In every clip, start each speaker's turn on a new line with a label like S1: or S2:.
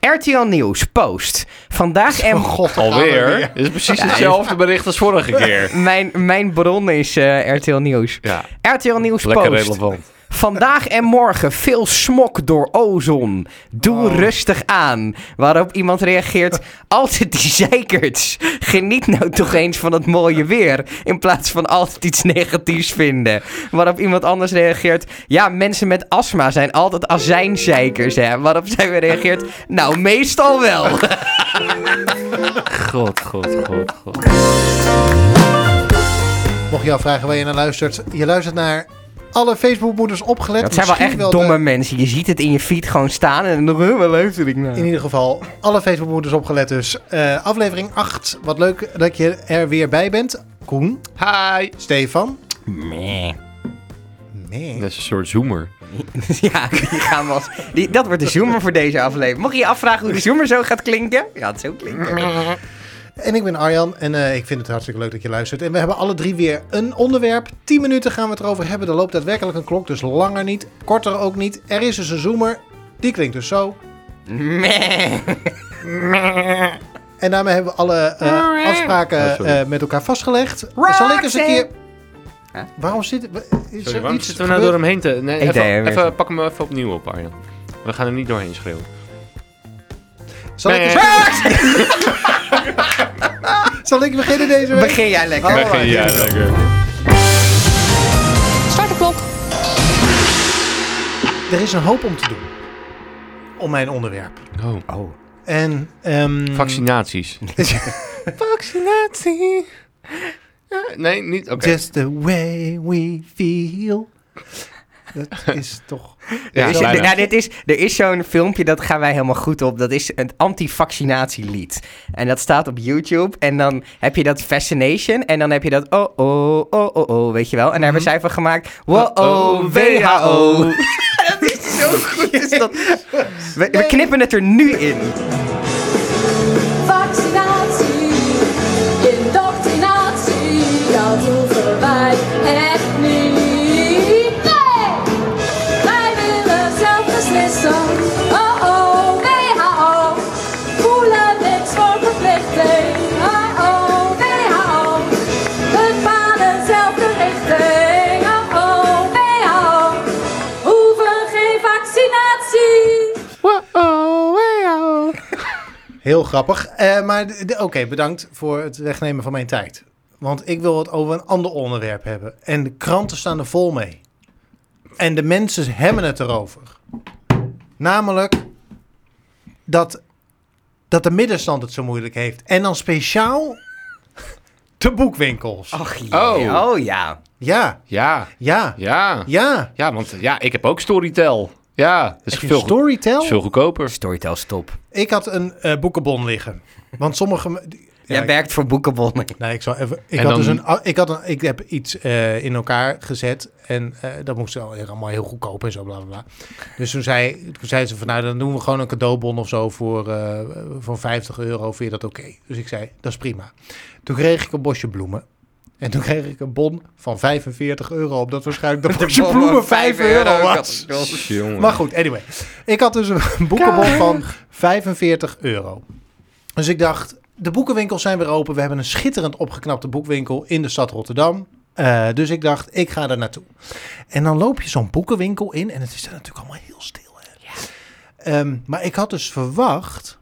S1: RTL Nieuws post. Vandaag en...
S2: God,
S3: Alweer. Dit is precies hetzelfde bericht als vorige keer.
S1: Mijn, mijn bron is eh, RTL Nieuws.
S3: Ja,
S1: RTL Nieuws
S3: lekker
S1: post.
S3: relevant.
S1: Vandaag en morgen veel smok door ozon. Doe
S2: Oh.
S1: rustig aan. Waarop iemand reageert: altijd die zeikerts. Geniet nou toch eens van het mooie weer. In plaats van altijd iets negatiefs vinden. Waarop iemand anders reageert: ja, mensen met astma zijn altijd azijnzeikers. Hè? Waarop zij weer reageert: nou, meestal wel.
S3: God, god, god, god.
S2: Mocht je jou vragen waar je naar luistert, je luistert naar alle Facebookmoeders opgelet.
S1: Dat zijn wel
S2: Misschien
S1: echt
S2: de-
S1: domme mensen. Je ziet het in je feed gewoon staan en dan "Huh, waar luister ik
S2: in
S1: naar.
S2: ieder geval, alle Facebookmoeders opgelet dus. Eh, aflevering 8. Wat leuk dat je er weer bij bent. Koen,
S3: Hi.
S2: Stefan.
S1: Meh.
S2: Nee.
S3: Dat is een soort zoomer.
S1: Ja, die gaan we als- die, dat wordt de zoomer voor deze aflevering. Mocht je je afvragen hoe de zoomer zo gaat klinken? Ja, het zo klinken.
S2: En ik ben Arjan en eh, ik vind het hartstikke leuk dat je luistert. En we hebben alle drie weer een onderwerp. 10 minuten gaan we het erover hebben. Er loopt daadwerkelijk een klok, dus langer niet, korter ook niet. Er is dus een zoomer, die klinkt dus zo.
S1: Meh.
S2: En daarmee hebben we alle eh, afspraken
S3: Oh, sorry.
S2: eh, met elkaar vastgelegd. Zal ik eens een keer... Waarom zit... wa- Is er
S3: waarom
S2: iets
S3: zitten we nou door
S2: gebeurd?
S3: hem heen te... Nee,
S1: Ik deed hem
S3: even, even,
S1: even.
S3: pak hem even opnieuw op, Arjan. We gaan hem niet doorheen schreeuwen.
S2: Zal ik, eens- zal ik beginnen deze week?
S1: Begin jij lekker.
S2: Begin jij
S3: lekker.
S4: Start de klok.
S2: Er is een hoop om te doen. Om mijn onderwerp.
S3: Oh.
S2: En... ehm,
S3: Vaccinaties. Vaccinatie. Ja, nee, niet... Oké.
S2: Just the way we feel. Dat is toch...
S3: Ja,
S1: Er is- ja,
S3: bijna.
S1: dus, nou, dit is, er is zo'n filmpje, dat gaan wij helemaal goed op. Dat is een anti-vaccinatielied. En dat staat op YouTube. En dan heb je dat Fascination. En dan heb je dat oh, oh, oh, oh, oh, weet je wel. En daar
S2: Mhm.
S1: hebben zij van gemaakt. Wow, oh, WHO. Dat is zo goed. Is dat. We, we knippen het er nu in.
S4: Vaccinatie, indoctrinatie, dat hoeven wij echt niet. Nee, wij willen zelf beslissen. Oh oh, WHO, voelen niks voor verplichting. Oh oh, WHO, bepalen zelf de richting. Oh oh, WHO, hoeven geen vaccinatie.
S2: Heel grappig. Eh, maar d- d- oké, bedankt voor het wegnemen van mijn tijd. Want ik wil het over een ander onderwerp hebben. En de kranten staan er vol mee. En de mensen hebben het erover. Namelijk dat, dat de middenstand het zo moeilijk heeft. En dan speciaal de boekwinkels.
S1: Ach,
S3: Oh.
S1: oh ja.
S2: Ja,
S3: Ja,
S2: ja,
S3: ja.
S2: ja.
S3: Ja, want ja, ik heb ook Storytel. Ja, dat is,
S2: Heb je
S3: veel, goed-
S2: Storytel?
S3: is veel goedkoper.
S1: Storytel stop.
S2: Ik had een eh, boekenbon liggen. Want sommige... me- die-
S1: Jij
S2: ja,
S1: werkt voor boekenbonnen.
S2: Nee, ik zou even. Ik
S3: En
S2: had
S3: dan-
S2: dus een. ah, Ik had een. Ik heb iets eh, in elkaar gezet en eh, dat moest wel weer allemaal heel goedkoop en zo bla bla. bla. Dus toen zei, toen zei ze van, nou dan doen we gewoon een cadeaubon of zo voor eh, voor 50 euro. Vind je dat oké? Dus ik zei, dat is prima. Toen kreeg ik een bosje bloemen. En toen kreeg ik een bon van 45 euro. Omdat waarschijnlijk dat bosje bloemen 5 euro was.
S3: Jongen.
S2: Maar goed, anyway. Ik had dus een boekenbon van 45 euro. Dus ik dacht, de boekenwinkels zijn weer open. We hebben een schitterend opgeknapte boekwinkel in de stad Rotterdam. Eh, dus ik dacht, ik ga daar naartoe. En dan loop je zo'n boekenwinkel in. En het is daar natuurlijk allemaal heel stil. Hè? Ehm, maar ik had dus verwacht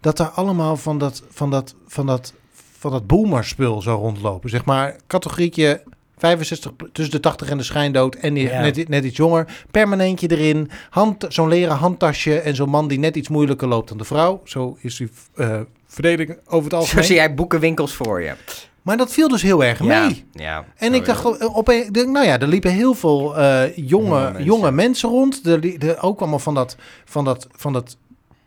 S2: dat daar allemaal van dat, van dat, van dat, van dat boomerspul zou rondlopen. Zeg maar, categorietje 65, pl- tussen de 80 en de schijndood. En die,
S1: Ja.
S2: net, net iets jonger. Permanentje erin. Hand, zo'n leren handtasje. En zo'n man die net iets moeilijker loopt dan de vrouw. Zo is die eh verdeling over het
S1: Zo
S2: algemeen.
S1: zie jij boekenwinkels voor je.
S2: Maar dat viel dus heel erg mee.
S1: Ja.
S2: En ik
S3: Oh,
S2: dacht, eh, opeens, ik denk, nou ja, er liepen heel veel eh, jonge,
S1: Jonge
S2: jonge,
S1: mensen.
S2: mensen. rond. Er, li- er ook allemaal van dat, van dat, van dat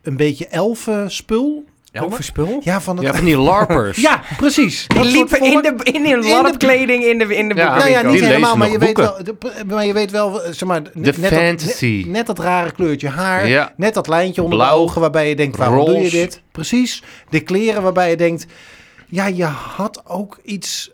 S2: een beetje elfenspul.
S1: Elfenspul?
S2: Ja, van dat,
S3: Ja,
S2: ja,
S3: van die larpers.
S2: precies.
S1: Die
S2: Dat soort
S1: liepen in,
S2: volk.
S1: de, in hun
S2: de-
S1: larpkleding in de, in de
S3: Ja,
S2: Nou ja,
S1: boekenwinkel.
S2: niet
S3: Die lezen
S2: helemaal, maar
S3: nog
S2: je, weet
S3: boeken.
S2: wel, de, p- maar je weet wel, eh, zeg maar, net,
S3: De
S2: dat,
S3: fantasy.
S2: net, net dat rare kleurtje haar,
S3: Ja.
S2: net dat lijntje onder
S3: Blauw,
S2: de ogen waarbij je denkt, waarom doe je
S3: roze.
S2: dit? Precies, de kleren waarbij je denkt, ja, je had ook iets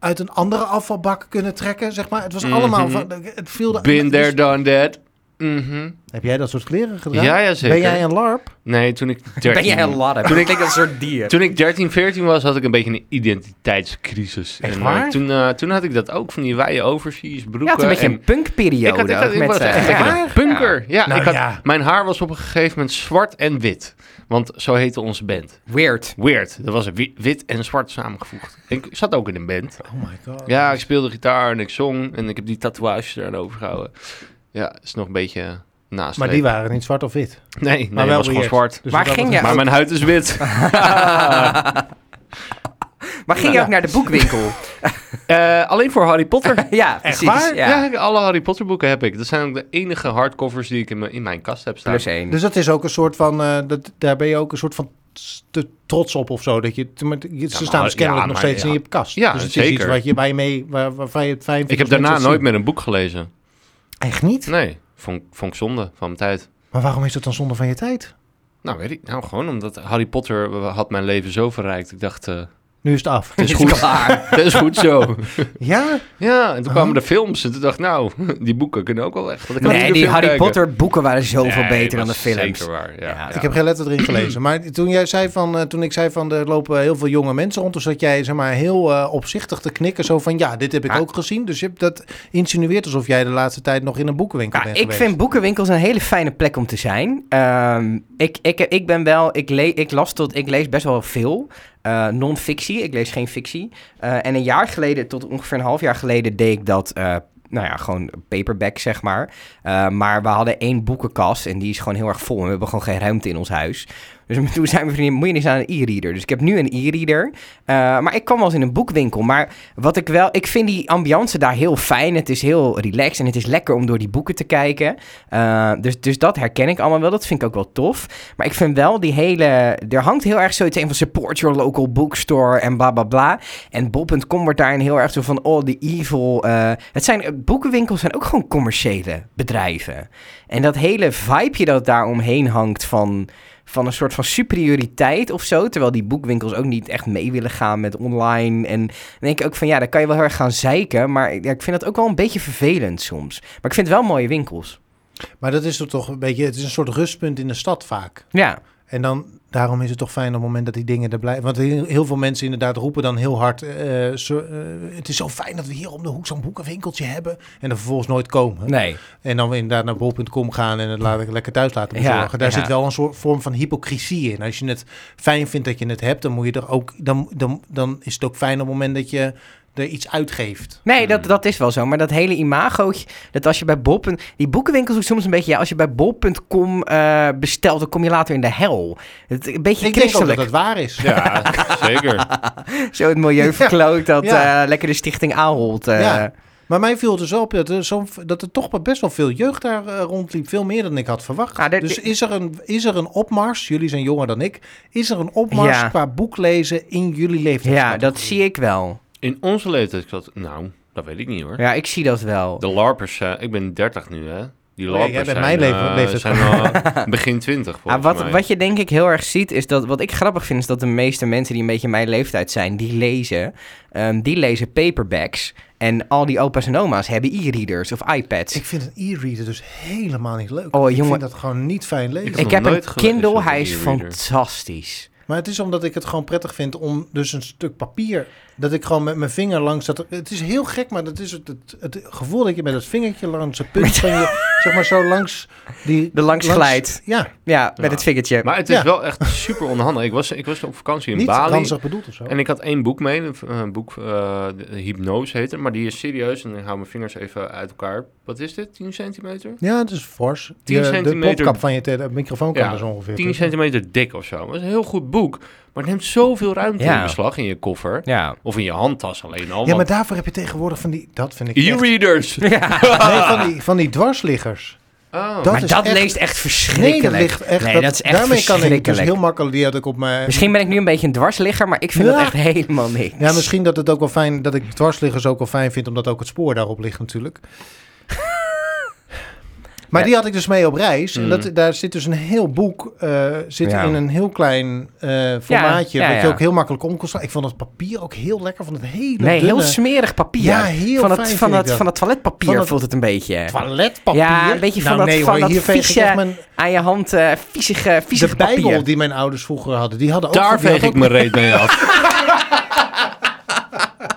S2: uit een andere afvalbak kunnen trekken, zeg maar. Het was allemaal,
S3: Mhm.
S2: van, het viel... de-
S3: Been there, done that. Mhm.
S2: Heb jij dat soort kleren gedaan?
S3: Ja, ja, zeker.
S2: Ben jij een larp?
S3: Nee, toen ik 13,
S1: Ben jij een ladder? Toen ik denk dat een soort dier.
S3: toen ik 13, 14 was, had ik een beetje een identiteitscrisis.
S1: Echt
S3: eh,
S1: waar?
S3: toen, eh, toen had ik dat ook, van die wijde overzies, broeken.
S1: Ja, het is een beetje
S3: en-
S1: een punkperiode.
S3: eh, ik, had, ik, had-
S1: ook
S3: ik
S1: met,
S3: was
S1: eh,
S3: echt
S1: ja.
S3: een punker. Ja.
S2: Nou,
S3: ik had,
S2: ja.
S3: Mijn haar was op een gegeven moment zwart en wit. Want zo heette onze band.
S1: Weird.
S3: Weird. Dat was wi- wit en zwart samengevoegd. Ik zat ook in een band.
S2: Oh my god.
S3: Ja, ik speelde gitaar en ik zong. En ik heb die tatoeages eraan overgehouden. Ja, is nog een beetje naast.
S2: Maar die waren niet zwart of wit.
S3: Nee, nee
S2: Maar
S3: maar
S2: wel
S3: was gewoon
S2: weird.
S3: zwart.
S2: Dus
S1: Waar
S2: wat dat
S1: ging
S2: betreft-
S3: Maar
S1: ook-
S3: mijn huid is wit.
S1: Maar ging je ook naar de boekwinkel?
S3: Eh, alleen voor Harry Potter.
S1: ja, precies.
S2: waar?
S1: Ja.
S3: Ja. alle Harry Potter boeken heb ik. Dat zijn ook de enige hardcovers die ik in mijn, in mijn kast heb staan.
S1: Plus één.
S2: Dus dat is ook een soort van, eh, dat, daar ben je ook een soort van s- te trots op of zo. Dat je, te- maar je- ze
S3: maar-
S2: staan dus kennelijk
S3: ja,
S2: nog
S3: maar-
S2: steeds
S3: ja.
S2: in je kast.
S3: Ja,
S2: dus het is
S3: zeker.
S2: iets wat je, waar je mee, waar, waarvan je het fijn vindt.
S3: ik heb
S2: om steeds
S3: daarna
S2: te
S3: nooit
S2: zien.
S3: meer een boek gelezen.
S2: Echt niet?
S3: Nee, vond, vond ik zonde van mijn tijd.
S2: Maar waarom is dat dan zonde van je tijd?
S3: Nou, weet ik. Nou, gewoon omdat Harry Potter eh, had mijn leven zo verrijkt. Ik dacht, eh
S2: Nu is het af.
S3: het is goed.
S1: Klaar.
S3: Het is goed zo.
S2: Ja? Oh.
S3: Ja, en toen kwamen de films. En toen dacht ik, nou, die boeken kunnen ook wel weg. want ik kan
S1: Nee,
S3: niet de
S1: die
S3: film
S1: Harry
S3: kijken.
S1: Potter boeken waren zoveel
S3: Nee,
S1: beter dan de
S3: dat is
S1: films.
S3: Zeker waar, ja.
S1: Ja,
S3: ja.
S2: Ik heb geen letter erin gelezen. Maar toen, jij zei van, eh, toen ik zei van er lopen heel veel jonge mensen rond, toen zat jij zeg maar, heel eh, opzichtig te knikken. Zo van ja, dit heb ik
S1: Ja.
S2: ook gezien. Dus je hebt dat insinueert alsof jij de laatste tijd nog in een boekenwinkel
S1: Ja,
S2: bent
S1: Nou, ik
S2: geweest.
S1: vind boekenwinkels een hele fijne plek om te zijn. Ehm, ik, ik, ik ben wel, ik, le- ik las tot, ik lees best wel veel. eh, non-fictie, ik lees geen fictie. Eh, en een jaar geleden, tot ongeveer een half jaar geleden, deed ik dat. eh, nou ja, gewoon paperback, zeg maar. Eh, maar we hadden één boekenkast en die is gewoon heel erg vol. En we hebben gewoon geen ruimte in ons huis. Dus toen zei mijn vriendin, moet je eens aan een e-reader. Dus ik heb nu een e-reader. Eh, maar ik kwam wel eens in een boekwinkel. Maar wat ik wel... Ik vind die ambiance daar heel fijn. Het is heel relaxed en het is lekker om door die boeken te kijken. Eh, dus, dus dat herken ik allemaal wel. Dat vind ik ook wel tof. Maar ik vind wel die hele... Er hangt heel erg zoiets in van support your local bookstore en bla bla bla. En bol.com wordt daarin heel erg zo van... Oh, the evil... eh, het zijn, boekenwinkels zijn ook gewoon commerciële bedrijven. En dat hele vibeje dat daar omheen hangt van van een soort van superioriteit of zo. Terwijl die boekwinkels ook niet echt mee willen gaan met online. En dan denk ik ook van ja, daar kan je wel heel erg gaan zeiken. Maar ik- ja, ik vind dat ook wel een beetje vervelend soms. Maar ik vind het wel mooie winkels.
S2: Maar dat is toch een beetje, het is een soort rustpunt in de stad vaak.
S1: Ja,
S2: En dan, daarom is het toch fijn op het moment dat die dingen er blijven. Want heel, heel veel mensen inderdaad roepen dan heel hard... eh, zo- eh, het is zo fijn dat we hier om de hoek zo'n boekenwinkeltje hebben. En dan vervolgens nooit komen.
S1: nee.
S2: En dan weer inderdaad naar bol.com gaan en het laat, lekker thuis laten
S1: Ja,
S2: bezorgen. Daar
S1: ja.
S2: zit wel een soort vorm van hypocrisie in. Als je het fijn vindt dat je het hebt, dan, moet je er ook, dan, dan, dan is het ook fijn op het moment dat je er iets uitgeeft.
S1: Nee, dat, dat is wel zo. Maar dat hele imagootje, dat als je bij Bob... en- Die boekenwinkels ook soms een beetje... Ja, als je bij bol.com eh, bestelt, dan kom je later in de hel. Het, een beetje
S2: Ik denk ook dat
S1: christelijk.
S2: dat waar is.
S3: zeker.
S1: Zo het milieu verkloot dat
S2: Ja.
S1: eh, lekker de stichting aanholt. eh.
S2: Ja. Maar mij viel het dus wel op dat er, zo, dat er toch best wel veel jeugd daar eh, rondliep. Veel meer dan ik had verwacht.
S1: Ah, dit-
S2: dus is er, een, is er een opmars, jullie zijn jonger dan ik, is er een opmars
S1: Ja.
S2: qua boeklezen in jullie leeftijd?
S1: ja, dat zie ik wel.
S3: In onze leeftijd, ik zat, nou, dat weet ik niet hoor.
S1: Ja, ik zie dat wel.
S3: De larpers, eh, ik ben 30 nu hè. Die
S2: Nee,
S3: larpers
S2: Oh, jij bent
S3: zijn,
S2: mijn leven-
S3: eh,
S2: leeftijd.
S3: zijn al begin 20
S1: Ja,
S3: volgens
S1: Ah, wat,
S3: mij.
S1: wat je denk ik heel erg ziet, is dat wat ik grappig vind, is dat de meeste mensen die een beetje mijn leeftijd zijn, die lezen, ehm, die lezen paperbacks. En al die opa's en oma's hebben e-readers of iPads.
S2: Ik
S1: Ik,
S2: vind een e-reader dus helemaal niet leuk.
S1: Oh,
S2: ik
S1: jongen.
S2: vind dat gewoon niet fijn lezen.
S3: Ik nog
S1: heb een
S3: nooit gelezen
S1: Kindle,
S3: van
S1: hij
S3: een
S1: is
S3: e-reader.
S1: fantastisch.
S2: Maar het is omdat ik het gewoon prettig vind om dus een stuk papier... dat ik gewoon met mijn vinger langs dat... Het is heel gek, maar dat is het, het, het gevoel dat je met het vingertje langs het punt van je... zeg maar zo langs die...
S1: De langs glijdt.
S2: Ja,
S1: Ja, met
S3: Ja.
S1: het vingertje.
S3: Maar het is
S2: Ja.
S3: wel echt super onhandig. Ik was, ik was op vakantie in
S2: niet
S3: Bali.
S2: ranzig bedoeld of zo.
S3: En ik had één boek mee, een, v- een boek, eh, de- Hypnose heet het, maar die is serieus. En ik hou mijn vingers even uit elkaar. Wat is dit, 10 centimeter?
S2: Ja, het is fors.
S3: 10
S2: Je- De
S3: centimeter.
S2: plopkap van je tele- microfoon kan
S3: Ja,
S2: dus ongeveer.
S3: 10
S2: tussen.
S3: centimeter dik of zo. Dat is een heel goed boek, maar het neemt zoveel ruimte
S1: Ja.
S3: in beslag in je koffer.
S1: Ja.
S3: Of in je handtas alleen al.
S2: Ja, maar
S3: want
S2: daarvoor heb je tegenwoordig van die... Dat vind ik echt...
S3: E-readers!
S2: Nee, van die, van die dwarsliggers.
S3: Oh.
S2: Dat
S1: maar
S2: is
S1: dat
S2: echt-
S1: leest echt
S2: Nee,
S1: verschrikkelijk.
S2: dat ligt echt...
S1: Nee,
S2: dat,
S1: dat is echt
S2: daarmee kan ik dus
S1: verschrikkelijk.
S2: heel makkelijk... Die had ik op mijn...
S1: Misschien ben ik nu een beetje een dwarsligger, maar ik vind dat
S2: Ja.
S1: echt helemaal niks.
S2: Ja, misschien dat het ook wel fijn dat ik dwarsliggers ook wel fijn vind, omdat ook het spoor daarop ligt natuurlijk. Maar
S1: Ja.
S2: die had ik dus mee op reis. En
S3: Mm.
S2: dat, daar zit dus een heel boek eh, zit
S1: Ja.
S2: in een heel klein eh, formaatje.
S1: ja,
S2: wat
S1: ja.
S2: je ook heel makkelijk om kon slaan. Ik vond het papier ook heel lekker. Van het hele
S1: Nee, heel
S2: dunne
S1: smerig papier.
S2: Ja, heel
S1: van het,
S2: fijn
S1: van,
S2: vind ik
S1: het,
S2: dat.
S1: van het toiletpapier
S2: Van het-
S1: voelt het een beetje.
S2: toiletpapier.
S1: Ja, een beetje van
S2: Nou,
S1: dat-
S2: nee,
S1: van
S2: hoor,
S1: dat
S2: hier veeg ik
S1: vieze-
S2: echt mijn...
S1: Aan je hand eh viezige, viezige
S2: De Bijbel
S1: papier.
S2: die mijn ouders vroeger hadden, die hadden ook...
S3: Daar
S2: die
S3: veeg
S2: hadden
S3: ik mijn reet mee af.
S2: ook-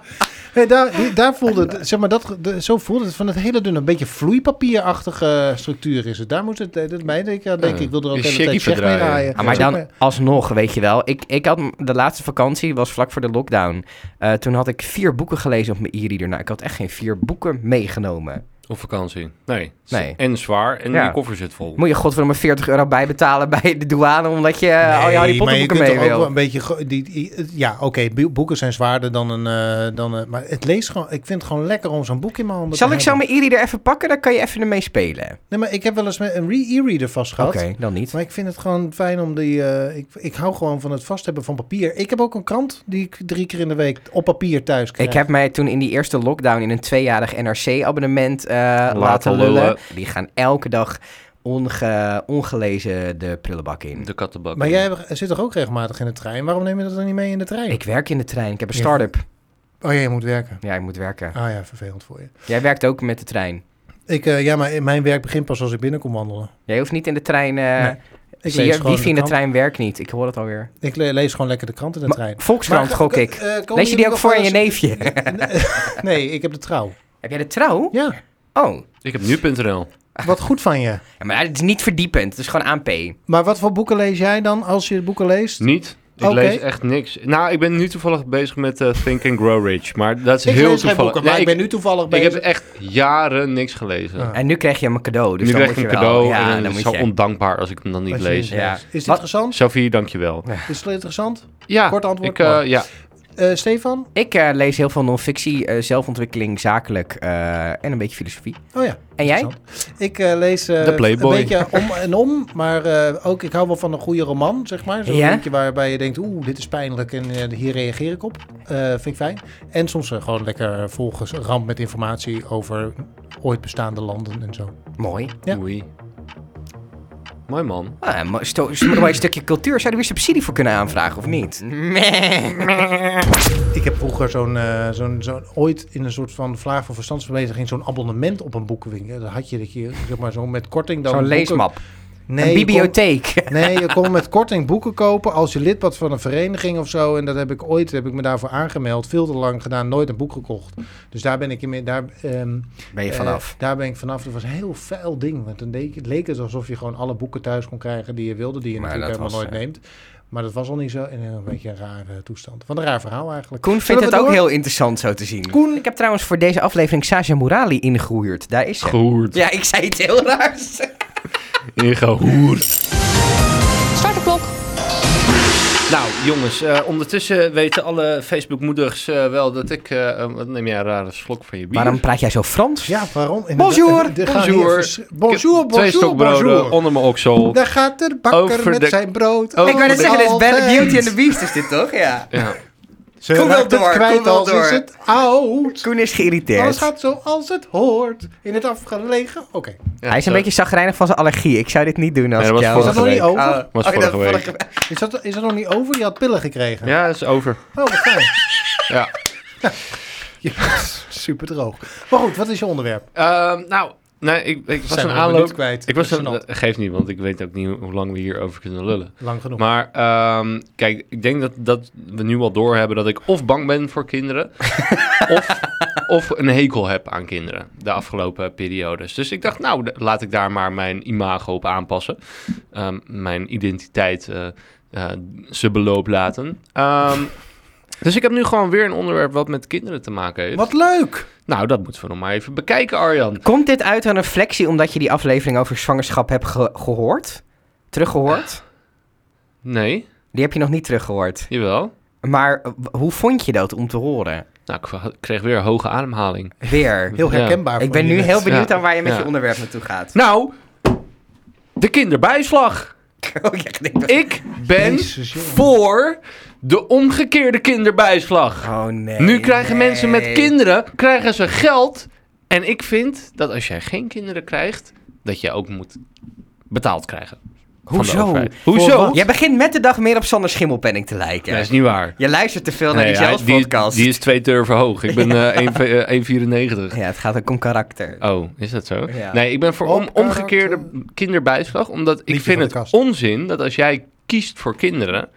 S2: Nee, daar, die- daar voelde het, zeg maar, dat, de- zo voelde het van het hele dunne, een beetje vloeipapierachtige structuur is het. Daar moet het, eh, dat mij denk ik, aan denken. ik wil er ook
S3: Die
S2: hele tijd
S3: chickie
S2: zeg mee
S3: verdraaien.
S2: draaien.
S1: Ah, maar
S2: Zeg
S1: dan alsnog, weet je wel. Ik, ik had m- de laatste vakantie, was vlak voor de lockdown. Eh, toen had ik vier boeken gelezen op mijn e-reader. Nou, ik had echt geen vier boeken meegenomen.
S3: Op vakantie. Nee.
S1: Nee.
S3: En zwaar. En
S1: Ja.
S3: die koffer zit vol.
S1: Moet je godverdomme 40 euro bijbetalen bij de douane... omdat je eh, al je Harry
S2: maar
S1: Potter
S2: je
S1: boeken mee
S2: kunt er ook wel
S1: wil.
S2: een beetje... ge- Die, die- ja, oké, bo- boeken zijn zwaarder dan een... eh, dan een- maar het leest gewoon... Ik vind het gewoon lekker om zo'n boek in mijn handen
S1: Zal
S2: te
S1: ik zo
S2: hebben.
S1: mijn e-reader even pakken? Dan kan je even ermee spelen.
S2: Nee, maar ik heb wel eens met een re- e-reader vastgehad.
S1: Oké, dan niet.
S2: Maar ik vind het gewoon fijn om die... eh, ik, ik hou gewoon van het vasthebben van papier. Ik heb ook een krant die ik drie keer in de week op papier thuis krijg.
S1: Ik heb mij toen in die eerste lockdown in een tweejarig NRC-abonnement eh laten lullen.
S3: lullen.
S1: Die gaan elke dag onge- ongelezen de prullenbak in.
S3: De kattenbak.
S2: Maar jij hebt- zit toch ook regelmatig in de trein? Waarom neem je dat dan niet mee in de trein?
S1: Ik werk in de trein. Ik heb een
S2: Oh Ja.
S1: start-up.
S2: Oh ja, je moet werken.
S1: Ja, ik moet werken.
S2: Ah ja, vervelend voor je.
S1: Jij werkt ook met de trein.
S2: Ik, eh, ja, maar mijn werk begint pas als ik binnenkom wandelen.
S1: Jij hoeft niet in de trein... eh,
S2: Ik
S1: zie
S2: lees
S1: je,
S2: gewoon
S1: wifi in de
S2: krant.
S1: trein werkt niet. Ik hoor het alweer.
S2: Ik le- lees gewoon lekker de krant in de
S1: Maar-
S2: trein.
S1: Volkskrant,
S2: Maar-
S1: gok
S2: eh,
S1: ik.
S2: eh, komen
S1: Lees je die
S2: jullie
S1: ook
S2: nog
S1: voor aan
S2: wel
S1: je neefje?
S2: eens- Nee, ik heb de trouw.
S1: Heb jij de trouw?
S2: Ja,
S1: Oh.
S3: Ik heb nu.nl.
S2: wat goed van je.
S1: Ja, maar het is niet verdiepend. Het is gewoon aan P.
S2: Maar wat voor boeken lees jij dan als je boeken leest?
S3: Niet. Ik
S2: Oké.
S3: lees echt niks. Nou, ik ben nu toevallig bezig met eh, Think and Grow Rich. Maar dat is
S2: Ik
S3: heel
S2: lees geen
S3: toevallig.
S2: boeken, maar
S3: Nee,
S2: ik ben nu toevallig
S3: ik
S2: bezig. Ah.
S3: heb echt jaren niks gelezen.
S2: Ja.
S1: En nu krijg je hem een cadeau. Dus
S3: nu
S1: dan
S3: krijg ik
S1: moet
S3: een
S1: je wel...
S3: cadeau
S1: Ja,
S3: en
S1: dan
S3: het is
S1: moet
S3: zo
S1: je...
S3: ondankbaar als ik hem dan niet
S2: Als je
S3: lees.
S2: niet
S1: ja.
S2: leest. Is dit
S1: Wat-
S2: interessant?
S3: Sophie, dankjewel.
S2: Is dit interessant?
S3: Ja,
S2: Kort antwoord,
S3: Ik, eh,
S2: maar.
S3: ja.
S2: Eh, Stefan?
S1: Ik eh, lees heel veel non-fictie, eh, zelfontwikkeling, zakelijk eh, en een beetje filosofie.
S2: Oh ja.
S1: En jij?
S2: interessant. Ik eh, lees eh,
S3: De Playboy.
S2: een beetje om en om, maar eh, ook ik hou wel van een goede roman, zeg maar. Zo'n
S1: Ja?
S2: eentje waarbij je denkt, oeh, dit is pijnlijk en eh, hier reageer ik op. Eh, vind ik fijn. En soms eh, gewoon lekker volgens ramp met informatie over ooit bestaande landen en zo.
S1: Mooi.
S2: Ja.
S3: Oei. Mooi man.
S1: Ah, een mooi sto- een mooi stukje cultuur. Zou je weer subsidie voor kunnen aanvragen of niet?
S2: Ik heb vroeger zo'n, eh, zo'n, zo'n ooit in een soort van vlaag van verstandsbeweging zo'n abonnement op een boekenwinkel. Dat had je dat je zeg maar zo met korting dan
S1: Zo'n
S2: boeken-
S1: leesmap.
S2: Nee,
S1: een
S2: je kon-
S1: bibliotheek.
S2: Nee, je kon met korting boeken kopen als je lid was van een vereniging of zo. En dat heb ik ooit, heb ik me daarvoor aangemeld. Veel te lang gedaan, nooit een boek gekocht. Dus daar ben ik in, daar, ehm,
S1: Ben je
S2: eh,
S1: vanaf?
S2: daar ben ik vanaf. Dat was een heel vuil ding. Want dan deed, het leek het alsof je gewoon alle boeken thuis kon krijgen die je wilde. Die je
S1: Maar
S2: natuurlijk
S1: dat
S2: helemaal nooit
S1: was, eh,
S2: neemt. Maar dat was al niet zo. En eh, een beetje een rare toestand. Wat een raar verhaal eigenlijk.
S1: Koen vindt
S2: Zullen we
S1: het ook
S2: door?
S1: heel interessant zo te zien.
S2: Koen-
S1: Ik heb trouwens voor deze aflevering Sasha Murali ingehuurd. Daar is ze.
S3: Gehoerd.
S1: Ja, ik zei het heel raars.
S3: Ingehoerd.
S4: Start de klok.
S3: Nou, jongens, eh, ondertussen weten alle Facebook-moeders eh, wel dat ik... eh, eh, wat neem jij een rare slok van je bier?
S1: Waarom praat jij zo Frans?
S2: Ja, waarom? En
S1: Bonjour,
S2: de- de- de- gaan hier
S3: bonjour.
S2: vers-
S3: Ik heb
S2: Bonjour,
S3: Twee
S2: bonjour,
S3: stokbroden
S2: bonjour.
S3: onder mijn oksel.
S2: Daar gaat de bakker
S3: Over
S2: met
S3: de-
S2: zijn brood.
S3: Oh,
S1: ik wou net zeggen, dit is Bad
S2: Altijd.
S1: Beauty and the Beast is dit toch? Ja.
S3: Ja.
S2: Ze
S1: Kom wel
S2: raakt het
S1: door, kom
S2: kwijt
S1: wel
S2: als
S1: door.
S2: is het oud.
S1: Koen is geïrriteerd.
S2: Alles gaat zoals het hoort. In het afgelegen. Oké.
S3: Ja,
S1: Hij is een
S3: zo-
S1: beetje zagrijnig van zijn allergie. Ik zou dit niet doen als
S3: Ja, dat
S1: ik
S3: was
S1: jou...
S2: Is dat nog niet
S3: week. Ah,
S2: over?
S1: Oh,
S3: Was
S1: oh,
S3: vorige
S1: dat
S3: week.
S2: Is, dat, is dat nog niet over? Je had pillen gekregen.
S3: Ja, is over.
S2: Oh, wat fijn.
S3: Ja.
S2: Super droog. Maar goed, wat is je onderwerp?
S3: Ehm, nou, nee, ik, ik was
S2: Zijn
S3: een
S2: we een minuut
S3: aanloop...
S2: kwijt.
S3: Ik was
S2: Dat is
S3: een...
S2: gênant.
S3: Geeft niet, want ik weet ook niet hoe hoe lang we hierover kunnen lullen.
S2: Lang genoeg.
S3: Maar ehm, kijk, ik denk dat, dat we nu al doorhebben dat ik of bang ben voor kinderen... of, of een hekel heb aan kinderen de afgelopen periodes. Dus ik dacht, nou, d- laat ik daar maar mijn imago op aanpassen. Ehm, mijn identiteit eh eh, ze beloop laten. Ehm, dus ik heb nu gewoon weer een onderwerp wat met kinderen te maken heeft.
S2: wat leuk!
S3: Nou, dat moeten we nog maar even bekijken, Arjan.
S1: Komt dit uit aan een flexie omdat je die aflevering over zwangerschap hebt ge- gehoord? Teruggehoord?
S3: Nee,
S1: Die heb je nog niet teruggehoord.
S3: jawel.
S1: Maar eh, w- hoe vond je dat om te horen?
S3: Nou, ik wa- kreeg weer hoge ademhaling.
S1: Weer.
S2: Heel
S3: Ja.
S2: herkenbaar.
S1: Ik
S2: voor
S1: ben
S2: je
S1: nu
S2: net.
S1: heel benieuwd
S3: Ja.
S1: aan waar je met
S3: Ja.
S1: je onderwerp naartoe gaat.
S3: Nou, de kinderbijslag.
S1: Oh, ja, ik denk dat-
S3: Ik ben
S2: Jezus, jongen.
S3: voor de omgekeerde kinderbijslag.
S1: Oh nee.
S3: nu krijgen
S1: nee.
S3: mensen met kinderen krijgen ze geld. En ik vind dat als jij geen kinderen krijgt, dat je ook moet betaald krijgen. van de
S1: Hoezo?
S3: overheid.
S2: Voor
S3: Hoezo?
S2: wat?
S3: Ja,
S1: Jij begint met de dag meer op Sander Schimmelpenning te lijken.
S3: dat is niet waar.
S1: Je luistert te veel naar
S3: Nee,
S1: die
S3: hij- die,
S1: zelfpodcast.
S3: die is twee turven hoog. Ik ben eh, 1 eh, 1,94.
S1: Ja, het gaat ook om karakter.
S3: Oh, is dat zo?
S1: Ja.
S3: Nee, ik ben voor om, omgekeerde kinderbijslag. Omdat ik
S2: Liefde
S3: vind
S2: voor
S3: het
S2: de kast.
S3: onzin dat als jij kiest voor kinderen...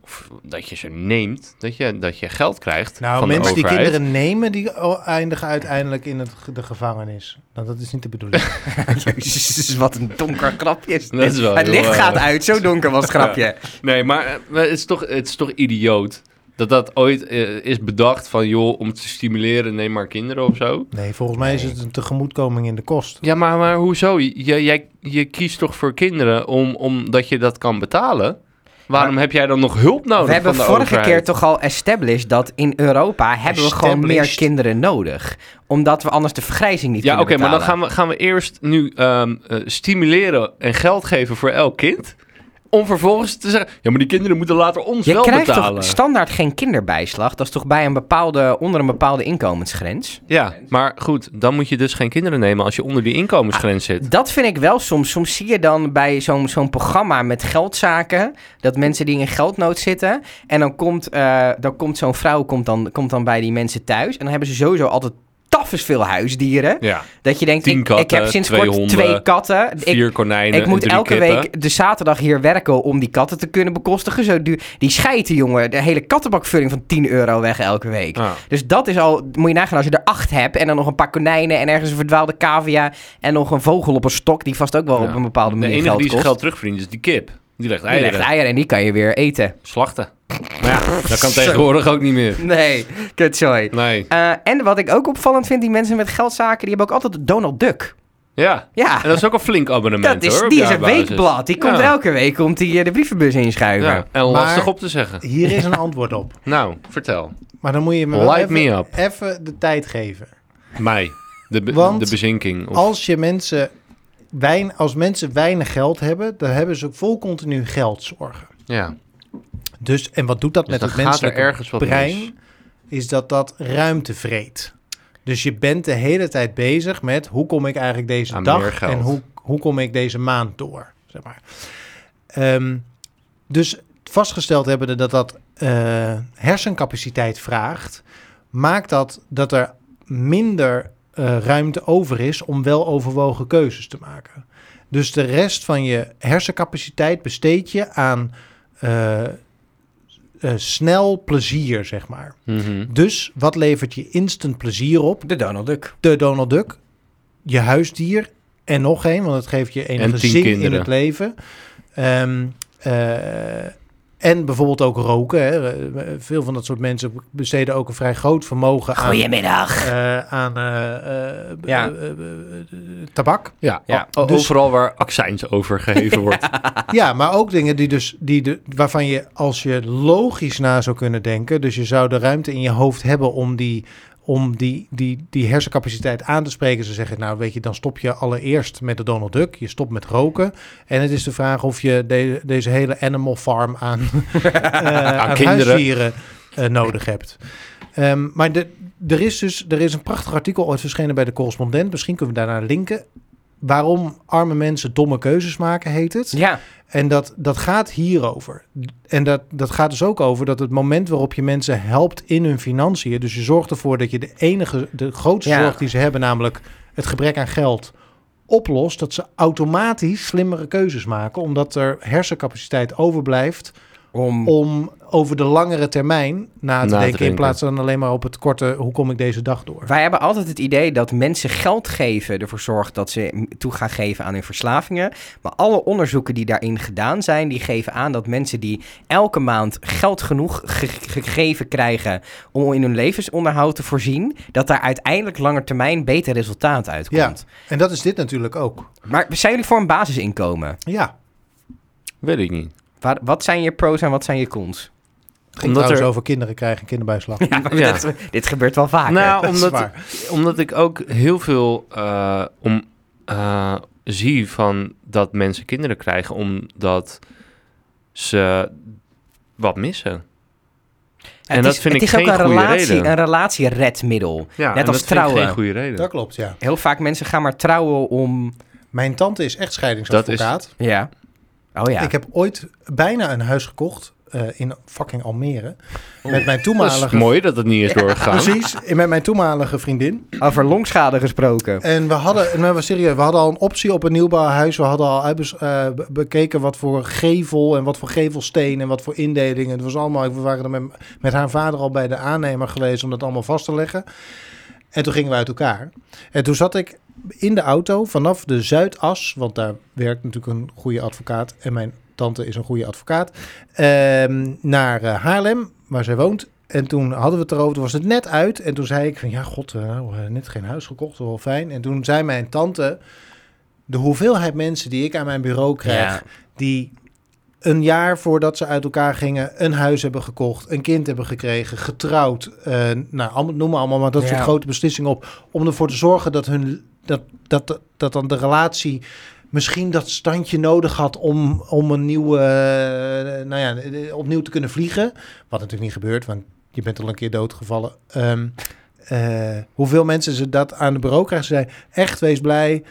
S3: of dat je ze neemt, dat je, dat je geld krijgt
S2: Nou,
S3: van
S2: mensen
S3: de
S2: die
S3: overheid.
S2: kinderen nemen, die o- eindigen uiteindelijk in het, ge- de gevangenis. Nou, dat is niet de bedoeling.
S1: Jezus, wat een donker grapje is dit.
S3: Oh. Dat is wel
S1: het
S3: heel,
S1: licht
S3: eh,
S1: gaat uit, zo donker was het grapje.
S3: Nee, maar eh, maar het is toch, het is toch idioot... Dat dat ooit eh, is bedacht van, joh, om te stimuleren, neem maar kinderen of zo.
S2: Nee, volgens mij is het een tegemoetkoming in de kost.
S3: Ja, maar, maar hoezo? Je, jij, je kiest toch voor kinderen om, omdat je dat kan betalen? Waarom
S2: Nou,
S3: heb jij dan nog hulp nodig
S1: we hebben
S3: van de
S1: vorige keer
S3: overheid?
S1: toch al established dat in Europa hebben we gewoon meer
S2: Established.
S1: kinderen nodig. Omdat we anders de vergrijzing niet
S3: Ja, oké,
S1: kunnen
S3: maar dan
S1: betalen.
S3: gaan we, gaan we eerst nu ehm, eh, stimuleren en geld geven voor elk kind. Om vervolgens te zeggen, ja, maar die kinderen moeten later ons
S1: Je
S3: wel
S1: krijgt
S3: betalen.
S1: toch standaard geen kinderbijslag? Dat is toch bij een bepaalde, onder een bepaalde inkomensgrens?
S3: Ja, maar goed, dan moet je dus geen kinderen nemen als je onder die inkomensgrens zit.
S1: Dat vind ik wel soms. Soms zie je dan bij zo'n zo'n programma met geldzaken... dat mensen die in geldnood zitten... en dan komt, eh, dan komt zo'n vrouw komt dan, komt dan bij die mensen thuis... en dan hebben ze sowieso altijd tafels veel huisdieren...
S3: Ja,
S1: Dat je denkt,
S3: Tien
S1: ik, ik
S3: katten,
S1: heb sinds
S3: twee
S1: kort
S3: honden,
S1: twee katten. Ik,
S3: vier konijnen
S1: ik moet
S3: en drie
S1: elke
S3: kippen.
S1: week de zaterdag hier werken om die katten te kunnen bekostigen. Zo duur. Die scheiden, jongen. De hele kattenbakvulling van 10 euro weg elke week.
S3: Ah.
S1: Dus dat is al, moet je nagaan als je er acht hebt en dan nog een paar konijnen en ergens een verdwaalde cavia en nog een vogel op een stok die vast ook wel
S3: Ja.
S1: op een bepaalde
S3: De
S1: manier
S3: enige
S1: geld
S3: die zijn
S1: kost.
S3: geld terugverdient is die kip. Die legt
S1: Die
S3: eieren.
S1: legt eieren en die kan je weer eten.
S3: Slachten. Maar ja, dat kan
S1: Zo.
S3: tegenwoordig ook niet meer.
S1: Nee, kutzooi.
S3: Nee.
S1: Eh, en wat ik ook opvallend vind, die mensen met geldzaken, die hebben ook altijd Donald Duck.
S3: Ja.
S1: Ja,
S3: En dat is ook een flink abonnement
S1: dat is,
S3: hoor. op
S1: die is een
S3: jaarbasis.
S1: weekblad. Die komt
S3: Ja.
S1: elke week komt die eh, de brievenbus inschuiven.
S3: Ja, en
S2: Maar-
S3: lastig op te zeggen.
S2: Hier is een antwoord op.
S3: Nou, vertel.
S2: Maar dan moet je me wel
S3: Light me
S2: even-
S3: up.
S2: even de tijd geven.
S3: Mij. De, be-
S2: Want
S3: de bezinking. Of,
S2: Als, je mensen wein, als mensen weinig geld hebben, dan hebben ze vol continu geldzorgen.
S3: ja.
S2: Dus, en wat doet dat
S3: Dus
S2: met
S3: dan
S2: het
S3: gaat er
S2: menselijke
S3: ergens wat
S2: brein?
S3: mis.
S2: Is dat dat ruimte vreet. Dus je bent de hele tijd bezig met hoe kom ik eigenlijk deze
S3: Aan meer
S2: dag
S3: geld.
S2: en hoe, hoe kom ik deze maand door. Zeg maar. Ehm, dus vastgesteld hebbende dat dat eh, hersencapaciteit vraagt, maakt dat dat er minder eh, ruimte over is om wel overwogen keuzes te maken. Dus de rest van je hersencapaciteit besteed je aan eh, eh, snel plezier, zeg maar.
S3: Mhm.
S2: Dus wat levert je instant plezier op?
S1: De Donald Duck.
S2: De Donald Duck, je huisdier en nog één, want het geeft je enige
S3: En tien
S2: zin in
S3: kinderen.
S2: het leven. Ehm, eh, en bijvoorbeeld ook roken. Hè. Eh, Veel van dat soort mensen besteden ook een vrij groot vermogen aan,
S1: Goedemiddag.
S2: eh, aan eh, eh, b-
S1: Ja.
S2: eh, eh, eh, tabak.
S3: Ja,
S1: Ja.
S3: o- o-
S2: Dus-
S3: eh, overal waar accijns over gegeven wordt.
S2: Ja, maar ook dingen die dus, die de, waarvan je als je logisch na zou kunnen denken. Dus je zou de ruimte in je hoofd hebben om die, om die, die, die hersencapaciteit aan te spreken. Ze zeggen, nou weet je, dan stop je allereerst met de Donald Duck. Je stopt met roken. En het is de vraag of je de- deze hele animal farm aan, eh, aan,
S3: kinderen.
S2: huisdieren eh, nodig hebt. Ehm, maar de, er is dus er is een prachtig artikel ooit verschenen bij de correspondent. Misschien kunnen we daarna linken. Waarom arme mensen domme keuzes maken, heet het.
S1: Ja,
S2: En dat, dat gaat hierover. En dat, dat gaat dus ook over dat het moment waarop je mensen helpt in hun financiën. Dus je zorgt ervoor dat je de enige, de grootste
S1: Ja.
S2: zorg die ze hebben, namelijk het gebrek aan geld, oplost. Dat ze automatisch slimmere keuzes maken, omdat er hersencapaciteit overblijft.
S1: om...
S2: om over de langere termijn na
S3: Na
S2: te
S3: te
S2: denken. in
S3: denken.
S2: plaats van alleen maar op het korte, hoe kom ik deze dag door?
S1: Wij hebben altijd het idee dat mensen geld geven ervoor zorgt dat ze toe gaan geven aan hun verslavingen. Maar alle onderzoeken die daarin gedaan zijn, die geven aan dat mensen die elke maand geld genoeg ge- gegeven krijgen om in hun levensonderhoud te voorzien, dat daar uiteindelijk langer termijn beter resultaat uitkomt.
S2: En dat is dit natuurlijk ook.
S1: Maar zijn jullie voor een basisinkomen?
S2: Ja,
S3: Weet ik niet.
S1: Waar- wat zijn je pro's en wat zijn je cons?
S2: ging
S3: Omdat
S2: trouwens
S3: er-
S2: over kinderen krijgen, kinderbijslag.
S3: Ja.
S1: Dat- dit gebeurt wel vaker.
S3: Nou,
S2: dat is
S3: omdat,
S2: waar.
S3: omdat ik ook heel veel eh, om, eh, zie van dat mensen kinderen krijgen omdat ze wat missen. En
S1: het
S3: dat
S1: is,
S3: vind
S1: het
S3: ik
S1: is ook
S3: geen
S1: een
S3: goede
S1: relatie,
S3: reden.
S1: een relatieredmiddel.
S3: Ja,
S1: Net
S3: en
S1: als
S3: dat vind ik
S1: trouwen.
S3: geen goede reden.
S2: Dat klopt, ja.
S1: Heel vaak mensen gaan maar trouwen om
S2: Mijn tante is echt scheidingsadvocaat.
S1: Ja. Oh ja.
S2: Ik heb ooit bijna een huis gekocht eh, in fucking Almere. Met mijn toenmalige...
S3: Dat is mooi dat het niet is doorgegaan.
S2: Precies, met mijn toenmalige vriendin.
S1: Over longschade gesproken.
S2: En we hadden, en we waren serieus, we hadden al een optie op een nieuwbouwhuis. We hadden al uitbes- eh, be- bekeken wat voor gevel en wat voor gevelsteen en wat voor indelingen. Het was allemaal, we waren er met, met haar vader al bij de aannemer geweest om dat allemaal vast te leggen. En toen gingen we uit elkaar. En toen zat ik in de auto vanaf de Zuidas, want daar werkt natuurlijk een goede advocaat. En mijn tante is een goede advocaat. ehm, naar eh, Haarlem, waar zij woont. En toen hadden we het erover, toen was het net uit. En toen zei ik van, ja god, eh, nou, eh, net geen huis gekocht, wel fijn. En toen zei mijn tante, de hoeveelheid mensen die ik aan mijn bureau krijg...
S1: Ja.
S2: die een jaar voordat ze uit elkaar gingen een huis hebben gekocht... een kind hebben gekregen, getrouwd, eh, nou, allemaal- noem maar allemaal maar dat
S1: Ja.
S2: soort grote beslissingen op... om ervoor te zorgen dat, hun, dat, dat, dat dan de relatie... Misschien dat standje nodig had om, om een nieuwe, eh, nou ja, eh, opnieuw te kunnen vliegen. Wat natuurlijk niet gebeurt, want je bent al een keer doodgevallen. Ehm, eh, hoeveel mensen ze dat aan de bureau krijgen, ze zei echt wees blij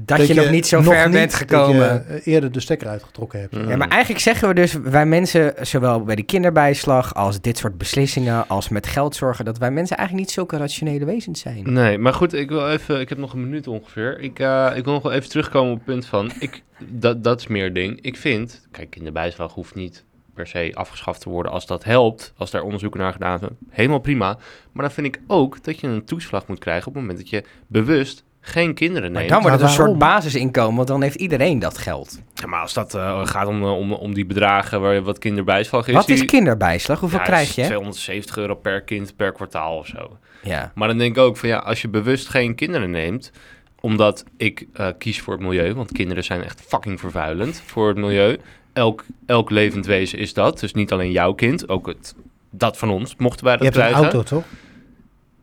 S1: Dat, je, nog niet zo ver
S2: niet-
S1: bent
S2: dat
S1: gekomen.
S2: je, eh, eerder de stekker uitgetrokken
S3: Mm.
S2: hebt.
S1: Ja, maar eigenlijk zeggen we dus, wij mensen, zowel bij de kinderbijslag als dit soort beslissingen, als met geld zorgen, dat wij mensen eigenlijk niet zulke rationele wezens zijn.
S3: Nee, maar goed, ik wil even. Ik heb nog een minuut ongeveer. Ik, eh, ik wil nog wel even terugkomen op het punt van. Ik, dat, dat is meer het ding. Ik vind. Kijk, kinderbijslag hoeft niet per se afgeschaft te worden als dat helpt. Als daar onderzoeken naar gedaan zijn. Helemaal prima. Maar dan vind ik ook dat je een toeslag moet krijgen op het moment dat je bewust geen kinderen
S1: Maar
S3: neemt.
S1: dan wordt het een
S2: maar
S1: soort
S2: Nou, waarom?
S1: basisinkomen, want dan heeft iedereen dat geld.
S3: Ja, maar als dat eh, gaat om, eh, om, om die bedragen waar wat kinderbijslag is.
S1: Wat is
S3: die-
S1: kinderbijslag? Hoeveel
S3: Ja,
S1: krijg
S3: is
S1: je?
S3: 270 euro per kind per kwartaal of zo.
S1: Ja.
S3: Maar dan denk ik ook van ja, als je bewust geen kinderen neemt, omdat ik eh, kies voor het milieu, want kinderen zijn echt fucking vervuilend voor het milieu. Elk, elk levend wezen is dat, dus niet alleen jouw kind, ook het, dat van ons, mochten wij dat
S2: Je hebt een
S3: krijgen.
S2: auto, toch? Oké.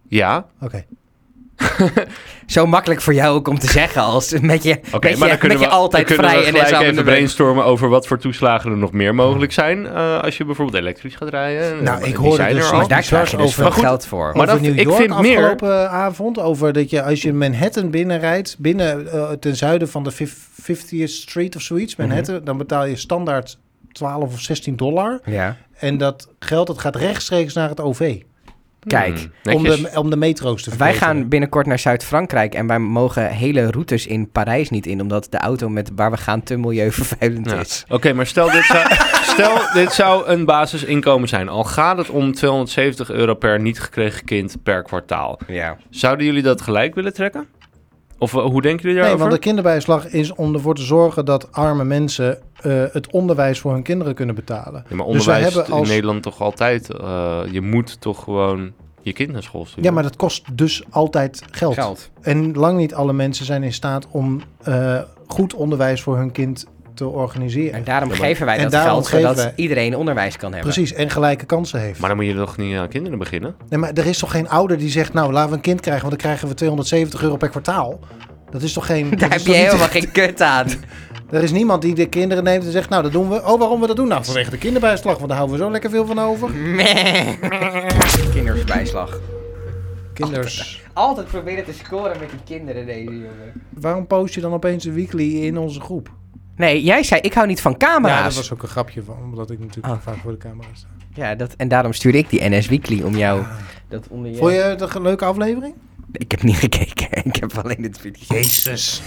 S3: Ja,
S1: Zo makkelijk voor jou ook om te zeggen als met je,
S3: oké,
S1: met
S3: maar
S1: je,
S3: dan kunnen
S1: met je
S3: we,
S1: altijd
S3: dan kunnen
S1: vrij en
S3: we
S1: zo
S3: gelijk
S1: aan de
S3: even
S1: been.
S3: brainstormen over wat voor toeslagen er nog meer mogelijk zijn eh, als je bijvoorbeeld elektrisch gaat rijden.
S2: Nou,
S3: Eh,
S2: ik
S3: die
S2: hoorde
S3: zijn er
S2: dus
S3: al.
S1: Maar daar
S2: bizar
S1: krijg je dus
S2: over.
S1: veel
S3: Maar goed,
S1: geld voor.
S3: maar
S2: over
S3: dat-
S2: New
S3: ik
S2: York
S3: vind meer-
S2: afgelopen eh, avond over dat je als je Manhattan binnenrijdt, binnen eh, ten zuiden van de fif- 50th Street of zoiets,
S3: Mhm.
S2: Manhattan, dan betaal je standaard 12 of 16 dollar.
S1: Ja.
S2: En dat geld dat gaat rechtstreeks naar het OV.
S1: Kijk,
S3: Hmm,
S2: Om
S3: netjes.
S2: de, om de metro's te
S1: Wij
S2: verbeteren.
S1: gaan binnenkort naar Zuid-Frankrijk en wij mogen hele routes in Parijs niet in, omdat de auto met waar we gaan te milieuvervuilend
S3: Ja.
S1: is.
S3: Oké, maar stel dit, zou, stel dit zou een basisinkomen zijn. Al gaat het om 270 euro per niet gekregen kind per kwartaal.
S1: Ja.
S3: Zouden jullie dat gelijk willen trekken? Of eh, hoe denken jullie
S2: Nee,
S3: daarover?
S2: want de kinderbijslag is om ervoor te zorgen dat arme mensen eh, het onderwijs voor hun kinderen kunnen betalen.
S3: Ja, maar
S2: dus we
S3: onderwijs is
S2: hebben als-
S3: in Nederland toch altijd... eh, je moet toch gewoon je kind naar school sturen?
S2: Ja, maar dat kost dus altijd geld. En lang niet alle mensen zijn in staat om eh, goed onderwijs voor hun kind te organiseren.
S1: En daarom
S3: Ja, maar-
S1: geven wij
S2: En
S1: dat
S2: daarom
S1: geld,
S2: geven
S1: zodat
S2: wij-
S1: iedereen onderwijs kan hebben.
S2: Precies, en gelijke kansen heeft.
S3: Maar dan moet je toch niet aan kinderen beginnen?
S2: Nee, maar er is toch geen ouder die zegt, nou, laten we een kind krijgen, want dan krijgen we 270 euro per kwartaal. Dat is toch geen... dat
S1: Daar
S2: is
S1: heb je
S2: toch niet-
S1: helemaal geen kut aan.
S2: Er is niemand die de kinderen neemt en zegt, nou, dat doen we. Oh, waarom we dat doen? Nou, vanwege de kinderbijslag, want daar houden we zo lekker veel van over.
S1: Meh. Kindersbijslag.
S2: Kinders.
S1: Altijd proberen te scoren met die kinderen, deze jongen.
S2: Waarom post je dan opeens een weekly in onze groep?
S1: Nee, jij zei ik hou niet van camera's.
S2: Ja, dat was ook een grapje van, omdat ik natuurlijk
S1: Oh.
S2: vaak voor de camera sta.
S1: en daarom stuurde ik die NS Weekly om jou.
S2: Ah.
S1: Dat onder je...
S2: Vond je het een leuke aflevering?
S1: Ik heb niet gekeken. Ik heb alleen het video.
S2: Jezus.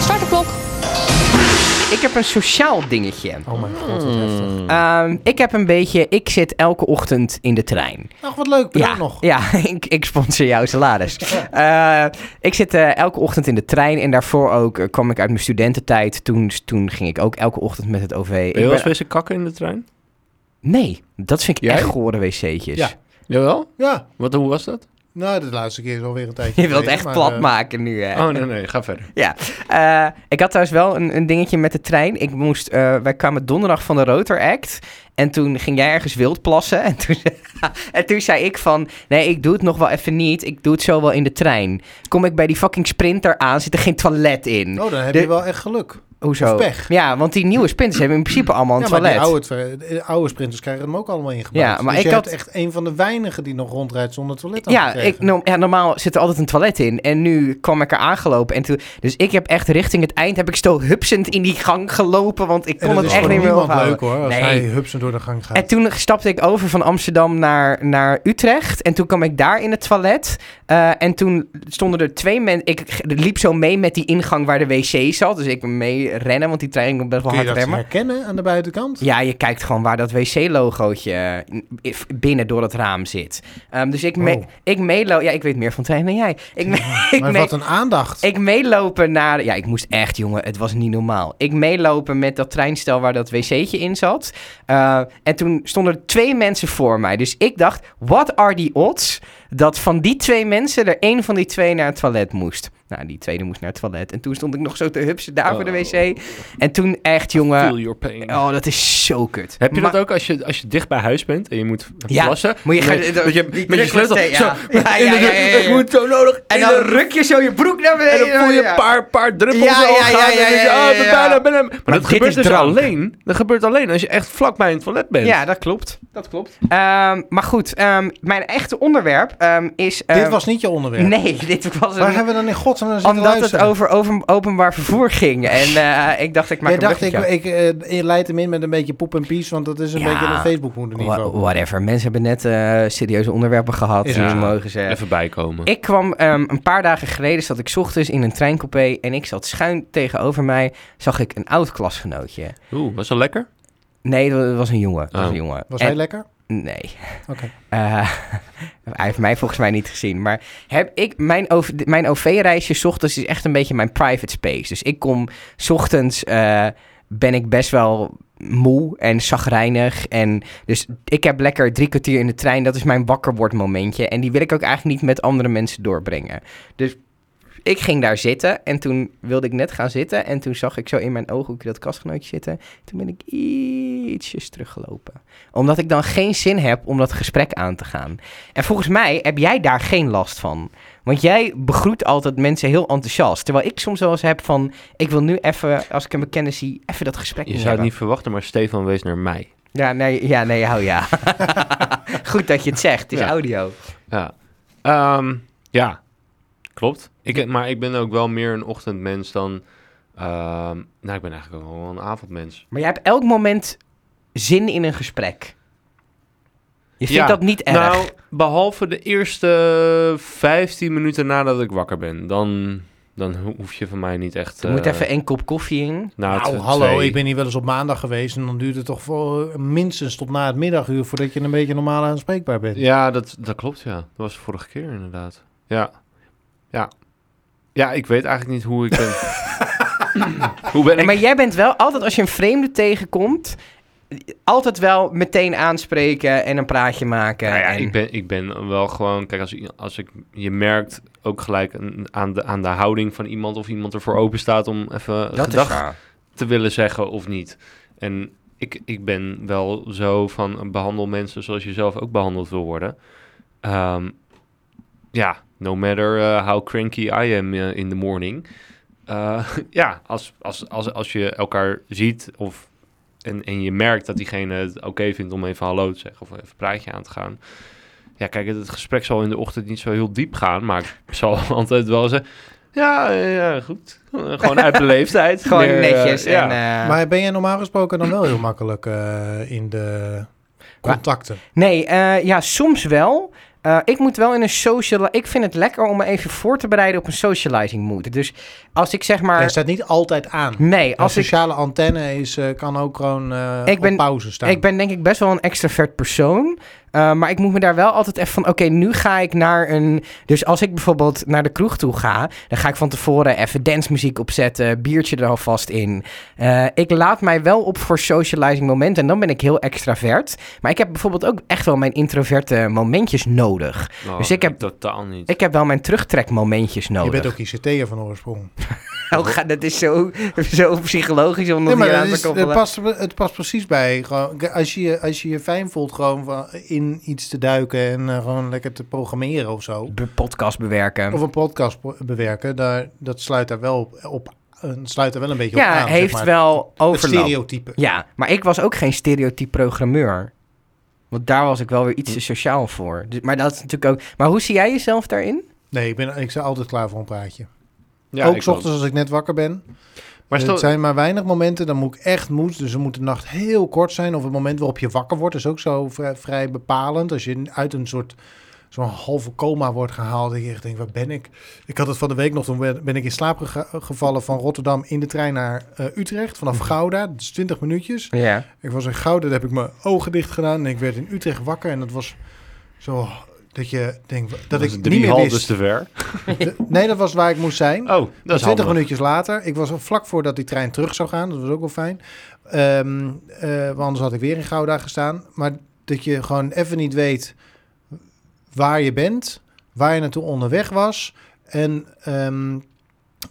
S4: Start de klok.
S1: Ik heb een sociaal dingetje.
S2: Oh mijn god,
S4: Hmm.
S2: wat heftig.
S1: Ehm, ik heb een beetje, ik zit elke ochtend in de trein.
S2: Ach, wat leuk.
S1: Ja,
S2: Bedankt nog.
S1: ja ik, ik sponsor jouw salaris. Eh, ik zit eh, elke ochtend in de trein en daarvoor ook eh, kwam ik uit mijn studententijd. Toen, toen ging ik ook elke ochtend met het OV. Ik
S3: Ben je wel
S1: ben-
S3: eens wezen kakken in de trein?
S1: nee, dat vind ik
S3: Jij?
S1: echt gore wc'tjes.
S2: Ja.
S3: Jawel?
S2: Ja.
S3: Wat, hoe was dat?
S2: Nou, de laatste keer is alweer een tijdje
S1: Je wilt
S2: geleden,
S1: echt
S2: maar,
S1: plat
S2: eh,
S1: maken nu, hè?
S3: Oh, nee, nee, ga verder.
S1: Ja, eh, ik had trouwens wel een, een dingetje met de trein. Ik moest, eh, wij kwamen donderdag van de Rotor Act. En toen ging jij ergens wild plassen. En toen, en toen zei ik van, nee, ik doe het nog wel even niet. Ik doe het zo wel in de trein. Kom ik bij die fucking sprinter aan, zit er geen toilet in.
S2: Oh, dan heb
S1: De-
S2: je wel echt geluk.
S1: Hoezo?
S2: Of pech.
S1: Ja, want die nieuwe sprinters hebben in principe allemaal een
S2: ja, maar
S1: toilet.
S2: die oude, twa- de oude sprinters krijgen hem ook allemaal ingebouwd.
S1: Ja, maar
S2: dus
S1: ik
S2: je
S1: had-
S2: hebt echt een van de weinigen die nog rondrijdt zonder toilet
S1: Ja,
S2: aangekregen.
S1: ik, nou, no- ja, normaal zit er altijd een toilet in. En nu kwam ik er aangelopen. En toen, dus ik heb echt richting het eind, heb ik stil hupsend in die gang gelopen. Want ik
S2: En
S1: kon
S2: dat
S1: het
S2: is
S1: echt
S2: voor
S1: niet meer
S2: niemand
S1: ophouden.
S2: leuk hoor, als
S1: Nee.
S2: hij hupsen door de gang gaat.
S1: En toen stapte ik over van Amsterdam naar, naar Utrecht. En toen kwam ik daar in het toilet. Eh, en toen stonden er twee mensen. Ik g- liep zo mee met die ingang waar de wc zat. Dus ik mee rennen, want die trein ging best wel
S2: Kun
S1: hard
S2: je dat
S1: remmen.
S2: herkennen aan de buitenkant?
S1: Ja, je kijkt gewoon waar dat wc-logootje eh, i- binnen door het raam zit. Ehm, dus ik, me
S2: Oh.
S1: ik meelo... Ja, ik weet meer van trein dan jij. Ik, me- ik,
S2: maar
S1: me-
S2: wat een aandacht.
S1: ik meelopen naar... Ja, ik moest echt, jongen. Het was niet normaal. Ik meelopen met dat treinstel waar dat wc'tje in zat. Eh, en toen stonden er twee mensen voor mij. Dus ik dacht, what are the odds... dat van die twee mensen er één van die twee naar het toilet moest. Nou, die tweede moest naar het toilet. En toen stond ik nog zo te hupsen daar voor de
S3: Oh.
S1: wc. En toen echt, jongen...
S3: Feel your pain.
S1: Oh, dat is zo kut.
S3: Heb je
S1: Maar-
S3: dat ook als je, als je dicht bij huis bent en je moet
S1: Ja,
S3: plassen?
S1: moet je gaan-
S3: met,
S1: dat-
S3: met je,
S1: die
S3: met je sleutel.
S1: drukste,
S3: Zo,
S1: ja. Ja, ja,
S3: in de
S1: ja,
S3: deur.
S1: ja, ja, ja.
S3: Ik moet zo nodig.
S1: En
S3: in
S1: dan
S3: de-
S1: ruk je zo je broek naar
S3: en
S1: beneden.
S3: dan voel je
S1: Ja.
S3: een paar, paar druppels
S1: Ja,
S3: al
S1: ja,
S3: gaan.
S1: ja,
S3: en dan
S1: ja,
S3: denk je,
S1: ja,
S3: oh, ik ben
S1: ja,
S3: bijna,
S1: ja.
S3: bijna. Maar,
S1: Maar
S3: dat
S1: dit
S3: gebeurt
S1: is
S3: dus
S1: drank.
S3: alleen. Dat gebeurt alleen als je echt vlak bij een toilet bent.
S1: Ja, dat klopt. Dat klopt. Ehm, maar goed, ehm, mijn echte onderwerp ehm, is...
S2: Dit
S1: ehm,
S2: was niet je onderwerp.
S1: Nee, dit was
S2: Waar
S1: een...
S2: hebben we dan in godsnaam naar zitten
S1: Omdat het
S2: luisteren?
S1: over, over openbaar vervoer ging. En eh, ik dacht, ik maak
S2: Jij
S1: een
S2: dacht, ik,
S1: bruggetje.
S2: ik, eh, je leidt hem in met een beetje poep en pies, want dat is een
S1: Ja.
S2: beetje een Facebook-moederniveau.
S1: Wha- Whatever. Mensen hebben net eh, serieuze onderwerpen gehad.
S2: Is
S1: die
S3: het zo?
S1: mogen ze...
S3: Even bijkomen.
S1: Ik kwam ehm, een paar dagen geleden, zat ik 's ochtends in een treincoupé en ik zat schuin tegenover mij, zag ik een oud klasgenootje.
S3: Oeh, was dat lekker?
S1: Nee, dat dat was een jongen. Dat was
S3: Oh.
S1: een jongen.
S2: Was
S1: En-
S2: hij lekker?
S1: Nee.
S2: Oké.
S1: Eh, hij heeft mij volgens mij niet gezien. Maar heb ik, mijn, OV, mijn OV-reisje 's ochtends is echt een beetje mijn private space. Dus ik kom 's ochtends, eh, ben ik best wel moe en zagrijnig. En dus ik heb lekker drie kwartier in de trein. Dat is mijn wakker wordt momentje. En die wil ik ook eigenlijk niet met andere mensen doorbrengen. Dus ik ging daar zitten en toen wilde ik net gaan zitten. En toen zag ik zo in mijn ooghoekje dat kastgenootje zitten. Toen ben ik ietsjes teruggelopen. Omdat ik dan geen zin heb om dat gesprek aan te gaan. En volgens mij heb jij daar geen last van. Want jij begroet altijd mensen heel enthousiast. Terwijl ik soms wel eens heb van... Ik wil nu even, als ik een bekende zie, even dat gesprek
S3: Je
S1: niet
S3: zou het
S1: hebben.
S3: niet verwachten, maar Stefan wees naar mij.
S1: Ja, nee, ja, nee, hou ja. Goed dat je het zegt, het is
S3: Ja.
S1: audio.
S3: Ja. Ehm, ja, klopt. Ik, maar ik ben ook wel meer een ochtendmens dan... ehm, nou, ik ben eigenlijk ook wel een avondmens.
S1: Maar jij hebt elk moment zin in een gesprek. Je vindt
S3: Ja,
S1: dat niet erg.
S3: Nou, behalve de eerste 15 minuten nadat ik wakker ben. Dan, dan ho- hoef je van mij niet echt...
S1: er moet
S3: eh,
S1: even e- één kop koffie in.
S3: na
S2: Nou,
S3: het-
S2: hallo,
S3: twee-
S2: ik ben hier wel eens op maandag geweest en dan duurt het toch voor, eh, minstens tot na het middaguur voordat je een beetje normaal aanspreekbaar bent.
S3: Ja, dat, dat klopt, ja. Dat was de vorige keer inderdaad. Ja. Ja. Ja, ik weet eigenlijk niet hoe ik ben. hoe ben
S1: Nee,
S3: ik?
S1: maar jij bent wel altijd, als je een vreemde tegenkomt... altijd wel meteen aanspreken en een praatje maken.
S3: Nou ja,
S1: en-
S3: ik ben, ik ben wel gewoon... Kijk, als, i- als ik, je merkt ook gelijk een- aan, de, aan de houding van iemand... of iemand ervoor open staat om even
S1: dat is
S3: gedachten
S1: waar.
S3: te willen zeggen of niet. En ik, ik ben wel zo van eh, behandel mensen zoals je zelf ook behandeld wil worden. Ehm, ja, no matter eh, how cranky I am eh, in the morning. Eh, ja, als, als, als, als je elkaar ziet of, en, en je merkt dat diegene het oké vindt om even hallo te zeggen of even een praatje aan te gaan. Ja, kijk, het het gesprek zal in de ochtend niet zo heel diep gaan, maar ik zal altijd wel zeggen... Ja, eh, ja, goed. Eh, Gewoon uit beleefdheid.
S1: Gewoon
S3: Meer, eh,
S1: netjes.
S3: ja.
S1: en, eh,
S2: Maar ben jij normaal gesproken dan wel heel makkelijk eh, in de contacten?
S1: Nee, eh, ja, soms wel. Eh, ik moet wel in een social... Ik vind het lekker om me even voor te bereiden op een socializing mood. Dus als ik zeg maar...
S2: Jij staat niet altijd aan.
S1: Nee,
S2: Als
S1: als ik
S2: sociale antenne is, eh, kan ook gewoon eh,
S1: Ik ben-
S2: op pauze staan.
S1: Ik ben denk ik best wel een extravert persoon. Eh, maar ik moet me daar wel altijd even van... Oké, nu ga ik naar een... Dus als ik bijvoorbeeld naar de kroeg toe ga... dan ga ik van tevoren even dancemuziek opzetten... biertje er alvast in. Eh, ik laat mij wel op voor socializing momenten... en dan ben ik heel extravert. Maar ik heb bijvoorbeeld ook echt wel mijn introverte momentjes nodig.
S3: Nou,
S1: Dus ik heb-
S3: Totaal niet.
S1: Ik heb wel mijn terugtrekmomentjes
S2: je
S1: nodig.
S2: bent ook ICT'er van oorsprong.
S1: Oh, ga- dat is zo, zo psychologisch om
S2: Nee,
S1: dat
S2: maar
S1: hier
S2: dat
S1: aan te
S2: is, eh, het,
S1: koppelen.
S2: past, het past precies bij. Gewoon, k- als, je, je- als je je fijn voelt gewoon van in iets te duiken en eh, gewoon lekker te programmeren of zo.
S1: Be- Podcast bewerken.
S2: Of een podcast pro- bewerken, daar, dat sluit daar wel op, op en sluit er wel een beetje op aan.
S1: Ja,
S2: zeg
S1: heeft
S2: maar.
S1: wel
S2: Het
S1: overlap.
S2: stereotype.
S1: Ja, maar ik was ook geen stereotyp programmeur. Want daar was ik wel weer iets te sociaal voor. Dus, maar dat is natuurlijk ook... Maar hoe zie jij jezelf daarin?
S2: Nee, ik ben, ik ben altijd klaar voor een praatje.
S3: Ja,
S2: ook
S3: ik
S2: 's ochtends als ik net wakker ben.
S3: ook. Maar stel,
S2: Er zijn maar weinig momenten, dan moet ik echt moes. Dus dan moet de nacht heel kort zijn. Of het moment waarop je wakker wordt is ook zo vrij, vrij bepalend. Als je uit een soort zo'n halve coma wordt gehaald. Dat je echt denkt, waar ben ik? Ik had het van de week nog, toen ben ben ik in slaap gega- gevallen van Rotterdam in de trein naar eh, Utrecht. Vanaf
S3: Mhm.
S2: Gouda, dat is 20 minuutjes.
S1: Ja.
S2: Ik was in Gouda, daar heb ik mijn ogen dicht gedaan. En ik werd in Utrecht wakker. En dat was zo dat je denkt, dat,
S3: dat
S2: ik
S3: is
S2: niet
S3: drie
S2: meer
S3: haltes
S2: wist.
S3: te ver.
S2: De- nee, dat was waar ik moest zijn.
S3: Oh, dat is
S2: 20
S3: handig.
S2: minuutjes later, ik was al vlak voordat die trein terug zou gaan. Dat was ook wel fijn. Ehm eh, want anders had ik weer in Gouda gestaan. Maar dat je gewoon even niet weet waar je bent, waar je naartoe onderweg was. En ehm,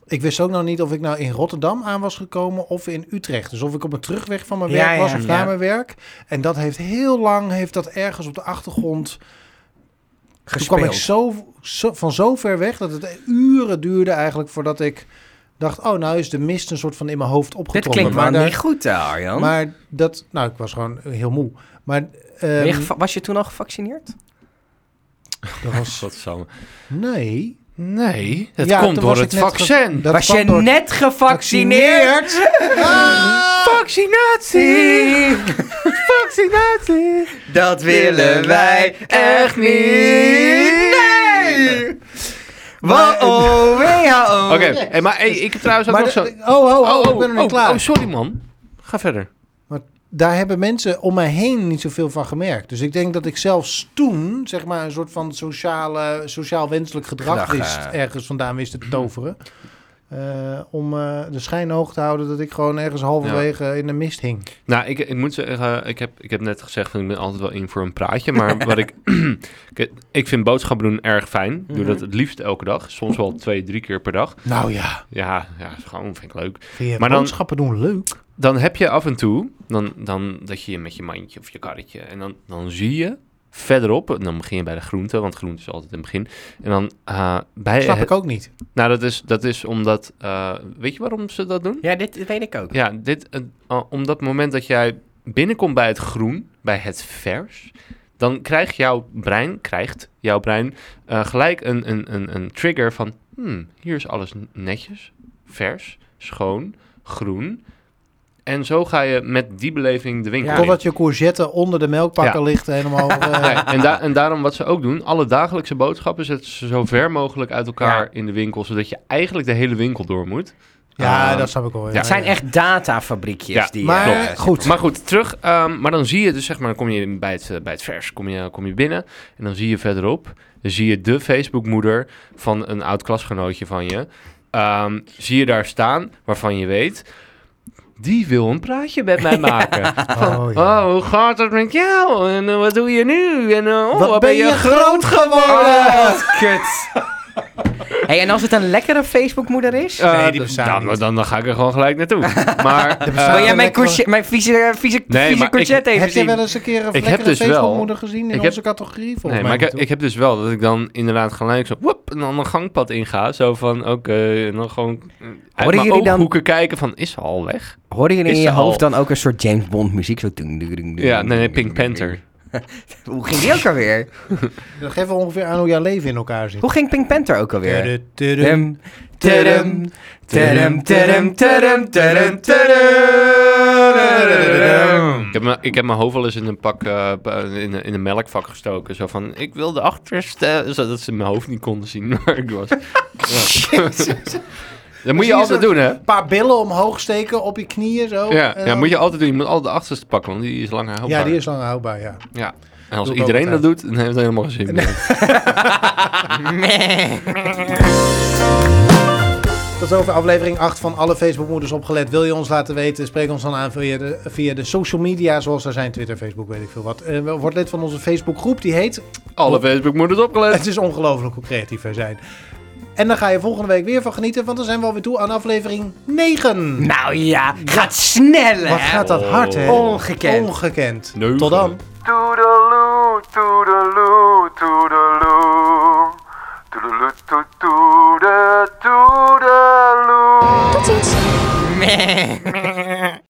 S2: ik wist ook nog niet of ik nou in Rotterdam aan was gekomen of in Utrecht. Dus of ik op mijn terugweg van mijn
S1: Ja,
S2: werk was
S1: ja,
S2: of naar
S1: ja.
S2: mijn werk. En dat heeft heel lang, heeft dat ergens op de achtergrond toen kwam ik
S1: Gespeeld.
S2: zo, zo- van zo ver weg dat het uren duurde eigenlijk voordat ik dacht, oh nou is de mist een soort van in mijn hoofd
S1: Dit
S2: opgeklommen.
S1: klinkt wel
S2: maar daar-
S1: niet goed, eh, Arjan.
S2: Maar dat, nou ik was gewoon heel moe. Maar
S1: Ben
S2: ehm,
S1: je geva- was je toen al gevaccineerd?
S2: dat was,
S3: Godsamme.
S2: nee.
S3: Nee, dat
S2: Ja,
S3: komt
S2: toen
S3: door
S2: was
S3: het
S2: ik net ge-
S3: vaccin.
S2: Dat
S1: was
S2: kwam
S1: je
S2: door-
S1: net gevaccineerd? Vaccinatie! Vaccinatie! Dat willen wij echt niet! Nee! Wow, WHO!
S3: Oké, hey, maar hey, ik heb trouwens ook
S2: Maar
S3: nog zo...
S2: de- de- oh, oh, oh, ik ben er niet
S3: oh,
S2: klaar.
S3: oh, sorry man. Ga verder.
S2: daar hebben mensen om mij heen niet zoveel van gemerkt. Dus ik denk dat ik zelfs toen, zeg maar, een soort van sociale, sociaal wenselijk gedrag
S1: Gedrag,
S2: wist,
S1: eh.
S2: ergens vandaan wist te toveren. Eh, om eh, de schijn hoog te houden dat ik gewoon ergens halverwege in de mist hing.
S3: Nou, ik, ik moet zeggen, ik heb, ik heb net gezegd van ik ben altijd wel in voor een praatje. Maar wat ik, ik, ik vind boodschappen doen erg fijn. Ik
S2: Mhm.
S3: Doe dat het liefst elke dag. Soms wel twee, drie keer per dag.
S2: Nou ja,
S3: Ja, ja gewoon vind ik leuk.
S2: vind je
S3: Maar dan-
S2: boodschappen doen leuk?
S3: Dan heb je af en toe, dan, dan dat je met je mandje of je karretje. En dan, dan zie je verderop, en dan begin je bij de groente, want groente is altijd een begin. En dan eh, bij
S2: Snap
S3: het-
S2: ik ook niet.
S3: Nou, dat is, dat is omdat, eh, weet je waarom ze dat doen?
S1: Ja, dit weet ik ook.
S3: Ja, dit, eh, eh, om dat moment dat jij binnenkomt bij het groen, bij het vers, dan krijgt jouw brein, krijgt jouw brein eh, gelijk een, een, een, een trigger van, hmm, hier is alles n- netjes, vers, schoon, groen. En zo ga je met die beleving de winkel
S1: Ja.
S3: in.
S2: Totdat je courgette onder de melkpakker ligt helemaal... eh,
S3: Ja, en, da- en daarom wat ze ook doen, alle dagelijkse boodschappen zetten ze zo ver mogelijk uit elkaar
S1: Ja.
S3: in de winkel, zodat je eigenlijk de hele winkel door moet.
S2: ja,
S3: Eh,
S2: dat snap ik wel.
S1: Het zijn echt datafabriekjes
S3: Ja,
S1: die...
S2: maar
S1: eh,
S2: goed.
S3: Maar goed, terug. ehm, maar dan zie je dus, zeg maar, dan kom je bij het, eh, bij het vers, kom je, kom je binnen. En dan zie je verderop, dan zie je de Facebookmoeder van een oud klasgenootje van je. ehm, zie je daar staan, waarvan je weet, die wil een praatje met mij maken.
S2: Oh, ja.
S3: Oh, hoe gaat het met jou? En eh, wat doe je nu? En eh, oh,
S2: Wat ben je groot geworden?
S1: Oh, wat kut! hey, en als het een lekkere Facebookmoeder is?
S3: Eh,
S2: Nee, die
S3: d-
S2: bestaan
S3: dan,
S2: niet.
S3: dan, dan ga ik er gewoon gelijk naartoe. Maar eh,
S1: Wil jij
S2: een
S1: mijn,
S2: lekkere-
S1: courgette- mijn vieze, eh, vieze,
S3: Nee,
S1: vieze
S3: maar ik-
S1: courgette even
S2: Heb je
S1: zien?
S2: wel eens een keer
S3: heb
S2: een lekkere
S3: dus wel-
S2: Facebookmoeder gezien in
S3: ik heb-
S2: onze categorie? Volgens
S3: Nee,
S2: mij
S3: maar
S2: niet,
S3: ik,
S2: toch?
S3: ik heb dus wel dat ik dan inderdaad gelijk zo, woep, en dan een gangpad inga. Zo van, oké, en dan gewoon eh, uit mijn
S1: jullie dan-
S3: ooghoeken kijken van, is ze al weg?
S1: Hoorden jullie in
S3: Is
S1: je
S3: ze al-
S1: hoofd dan ook een soort James Bond muziek? Zo dung, dung, dung,
S3: Ja,
S1: dung,
S3: nee, nee,
S1: dung,
S3: Pink
S1: dung,
S3: Panther.
S1: dung. Hoe ging die ook alweer?
S2: Dat geeft wel ongeveer aan hoe jouw leven in elkaar zit.
S1: Hoe ging Pink Panther ook alweer?
S2: Tudu, tudu.
S1: Tudum, tudum, tudum, tudum, tudum, tudum, tudum.
S3: Ik heb, mijn, ik heb mijn hoofd wel eens in een pak, eh, pa- in, een- in een melkvak gestoken. Zo van, ik wil de achterste, zodat ze mijn hoofd niet konden zien waar ik was. Ja. dat moet je
S2: je
S3: altijd
S2: zo-
S3: doen, hè?
S2: Een paar billen omhoog steken op je knieën zo.
S3: Ja,
S2: Oh, En
S3: ja,
S2: dan-
S3: moet je altijd doen. Je moet altijd de achterste pakken, want die is langer houdbaar.
S2: ja, die is lang houdbaar, ja.
S3: Ja. En als
S2: Doe ik
S3: iedereen
S2: ook
S3: dat doet, dan heeft het helemaal geen zin meer.
S2: Tot over aflevering 8 van Alle Facebookmoeders opgelet. Wil je ons laten weten? Spreek ons dan aan via de, via de social media, zoals daar zijn. Twitter, Facebook, weet ik veel wat. Eh, word lid van onze Facebookgroep, die heet...
S3: Alle Facebookmoeders opgelet.
S2: Het is ongelooflijk hoe creatief wij zijn. En daar ga je volgende week weer van genieten, want dan zijn we alweer toe aan aflevering 9.
S1: Nou ja, gaat snel,
S2: Wat
S1: hè?
S2: gaat dat hard, hè?
S1: Ongekend.
S2: Ongekend.
S3: Neugen.
S2: Tot dan.
S5: Toodaloo, toodaloo, toodaloo. Toodaloo, toodaloo, toodaloo.
S4: Tot ziens.
S1: Meh.